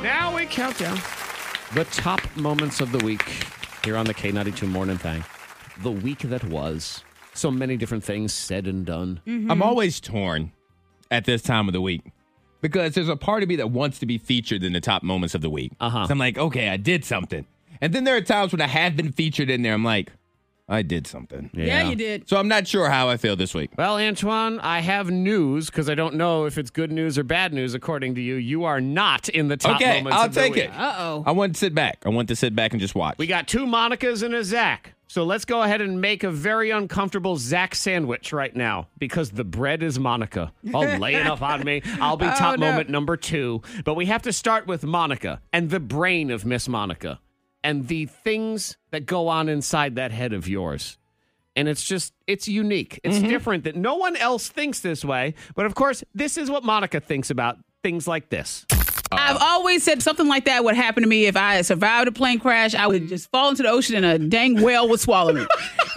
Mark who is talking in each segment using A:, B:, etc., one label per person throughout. A: week countdown.
B: The top moments of the week here on the K92 Morning Thing. The week that was. So many different things said and done.
C: I'm always torn at this time of the week because there's a part of me that wants to be featured in the top moments of the week.
B: Uh-huh.
C: So I'm like, okay, I did something. And then there are times when I have been featured in there. I'm like, I did something.
A: Yeah, you did.
C: So I'm not sure how I feel this week.
B: Well, Antoine, I have news because I don't know if it's good news or bad news. According to you, you are not in the top
C: okay,
B: moments.
C: I'll
B: of the
C: take
B: week.
C: it.
A: Uh oh.
C: I want to sit back. I want to sit back and just watch.
B: We got two Monicas and a Zach. So let's go ahead and make a very uncomfortable Zach sandwich right now because the bread is Monica. Oh, laying up on me. I'll be top
A: no.
B: moment number two. But we have to start with Monica and the brain of Miss Monica and the things that go on inside that head of yours. And it's just, it's unique. It's different that no one else thinks this way. But of course, this is what Monica thinks about things like this.
A: I've always said something like that would happen to me if I survived a plane crash. I would just fall into the ocean and a dang whale would swallow me.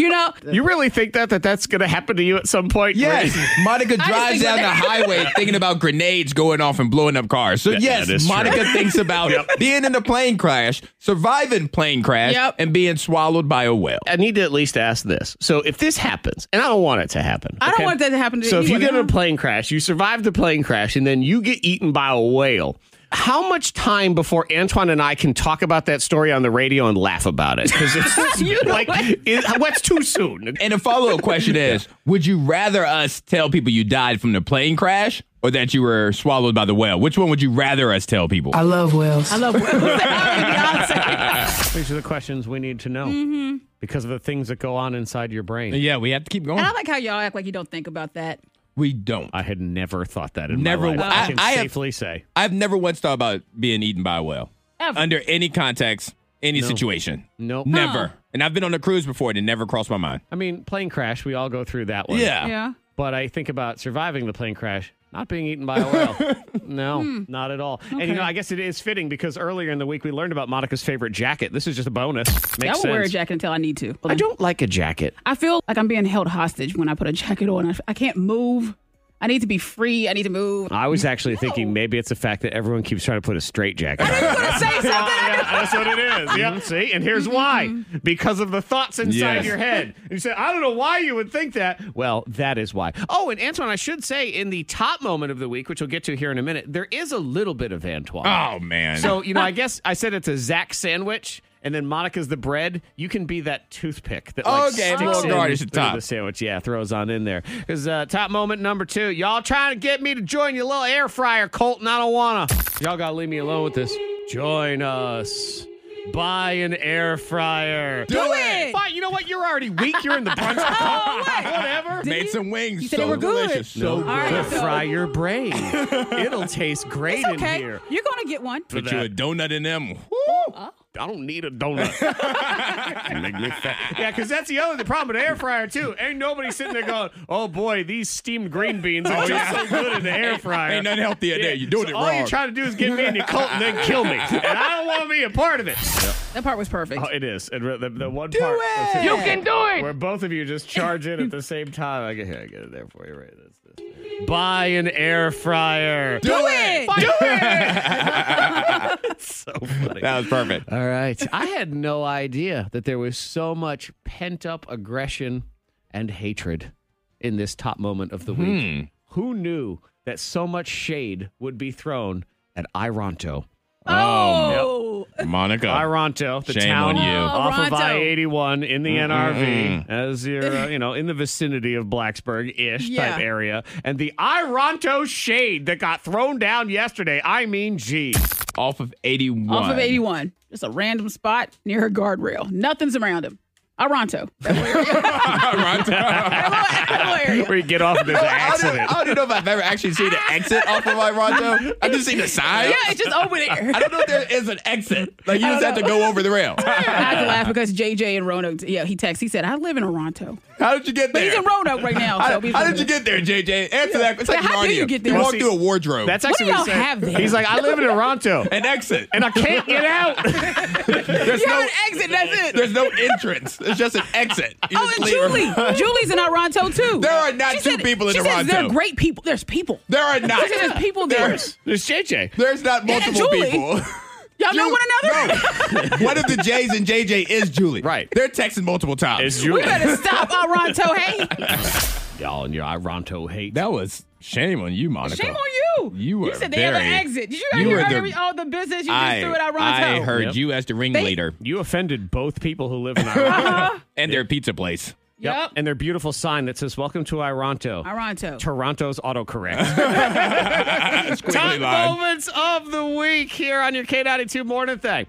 A: you know?
B: You really think that, that that's going to happen to you at some point?
C: Yes, Monica drives
A: think
C: down the
A: about
C: highway thinking about grenades going off and blowing up cars. So yes,
B: that is true.
C: Monica thinks about being in a plane crash, surviving plane crash,
A: Yep.
C: and being swallowed by a whale.
B: I need to at least ask this. So if this happens, and I don't want it to happen,
A: I don't want that to happen to
B: So if you
A: anyone,
B: get in a
A: huh?
B: plane crash, you survive the plane crash, and then you get eaten by a whale. How much time before Antoine and I can talk about that story on the radio and laugh about it? Because it's like it, what's too soon.
C: And the follow up question is Would you rather us tell people you died from the plane crash or that you were swallowed by the whale? Which one would you rather us tell people?
D: I love whales.
A: I love whales. Beyonce.
B: These are the questions we need to know
A: Mm-hmm.
B: because of the things that go on inside your brain.
C: yeah, we have to keep going.
A: And I like how y'all act like you don't think about that.
C: we don't.
B: I had never thought that in
C: Never
B: my life.
C: wa-
B: I,
C: I-
B: can
C: I have-
B: safely say.
C: I've never once thought about being eaten by a whale
A: Ever.
C: under any context, any situation.
B: Nope.
C: Never. And I've been on a cruise before and it never crossed my mind.
B: I mean, plane crash, we all go through that one.
C: Yeah.
A: yeah.
B: but I think about surviving the plane crash, not being eaten by a whale. no,
A: Hmm.
B: not at all. And you know, I guess it is fitting because earlier in the week we learned about Monica's favorite jacket. This is just a bonus.
A: I
B: Makes
A: will wear a
B: sense.
A: jacket until I need to.
B: I don't like a jacket.
A: I feel like I'm being held hostage when I put a jacket on. I f- I can't move. I need to be free. I need to move.
B: I was actually thinking maybe it's the fact that everyone keeps trying to put a straight jacket on.
A: I'm gonna say something. Mm-hmm.
B: that's what it is. Yeah. See, and here's why: because of the thoughts inside
C: Yes.
B: your head. And you say, "I don't know why you would think that." Well, that is why. Oh, and Antoine, I should say, in the top moment of the week, which we'll get to here in a minute, there is a little bit of Antoine.
C: Oh, man.
B: So, you know, I guess I said it's a Zach sandwich, and then Monica's the bread. You can be that toothpick that like
C: Okay,
B: sticks
C: we'll
B: in
C: guard it at the
B: through
C: top.
B: the sandwich. Yeah, throws on in there. Because uh, top moment number two, y'all trying to get me to join your little air fryer, Colton. I don't wanna. Y'all gotta leave me alone with this. Join us. Buy an air fryer.
A: Do it.
B: Fine, you know what? You're already weak. You're in the brunch. Whatever.
C: Made some wings.
A: You said
C: so
A: they were good.
C: delicious.
B: No,
C: So
A: All right,
B: to
A: so-
B: fry your brain. It'll taste great
A: It's okay.
B: in here.
A: You're gonna get one.
C: Put you a donut in them. Woo.
B: I don't need a donut. Yeah, because that's the other the problem with air fryer too. Ain't nobody sitting there going, "Oh boy, these steamed green beans are just so good in the air fryer."
C: Oh, Ain't nothing healthy in
B: Yeah,
C: there. You're doing
B: so
C: it
B: all
C: wrong.
B: you're trying to do is get me in your cult and then kill me, and I don't want to be a part of it.
A: That part was perfect.
B: Oh, it is, and re- the, the one part
C: it!
B: you can do it, where both of you just charge in at the same time. I get, here, I get it there for you, right? That's this. Buy an air fryer.
A: Do it.
B: Do it. so funny.
C: that was perfect.
B: All right. I had no idea that there was so much pent up aggression and hatred in this top moment of the week. Who knew that so much shade would be thrown at Ironto?
A: Oh.
C: Monica.
B: Ironto, the
C: Shame
B: town
C: on you. Oh,
B: off of
A: Ironto.
B: I eighty one in the NRV, as you're uh, you know in the vicinity of Blacksburg ish
A: Yeah.
B: type area, and the Ironto shade that got thrown down yesterday. I mean, gee.
C: Off of 81.
A: Off of 81. Just a random spot near a guardrail. Nothing's around him. Aronto. That whole area.
C: Ironto.
A: That whole area.
B: We get off of this
C: I don't,
B: accident.
C: I don't even know if I've ever actually seen an exit off of Ironto. I've just seen the sign.
A: Yeah, it's just over there.
C: I don't know if there is an exit. Like, you just have to go over the rail.
A: I had to laugh because JJ and Roanoke, yeah, he texted. He said, I live in Aronto.
C: How did you get
A: But
C: there?
A: he's in Roanoke right now. So
C: How,
A: we-
C: how did you get there, JJ? Answer that. It's like
A: How
C: Narnia.
A: did you get there?
C: walk
B: See,
C: through a wardrobe.
B: That's
A: What do
B: actually what,
A: y'all
B: he said.
A: have there?
B: He's like, I live in Toronto
C: an exit.
B: and I can't get out.
C: There's
A: You
C: no,
A: have an exit. That's it.
C: there's no entrance. It's just an exit. You
A: Oh,
C: just
A: and
C: leave her-
A: Julie. Julie's in Aronto, too.
C: There are not
A: She
C: two
A: said-
C: people in
A: she says There are
C: Aronto.
A: great people. There's people.
C: There are not.
A: She said there's people there.
C: There's,
B: There's JJ.
C: there's not multiple
A: Julie.
C: people.
A: Y'all know one another?
C: No. One of the J's and JJ is Julie.
B: Right.
C: They're texting multiple times.
B: you
A: We better stop our Ron Tohei.
B: y'all and your Ironto hate.
C: that was shame on you, Monica.
A: Shame on you.
C: uh, You were
A: said the
C: very-
A: other exit. Did you, not
C: you
A: hear
C: were the-
A: every, all the business you
C: I,
A: just threw at Ron
C: I
A: Tohei?
C: heard
B: Yep.
C: you as the ringleader
B: You offended both people who live in Ironto.
C: and their pizza place.
A: Yep.
B: And their beautiful sign that says, Welcome to Ironto.
A: Ironto.
B: Toronto's autocorrect.
C: Squiggly
B: Top
C: line.
B: moments of the week here on your K92 morning thing.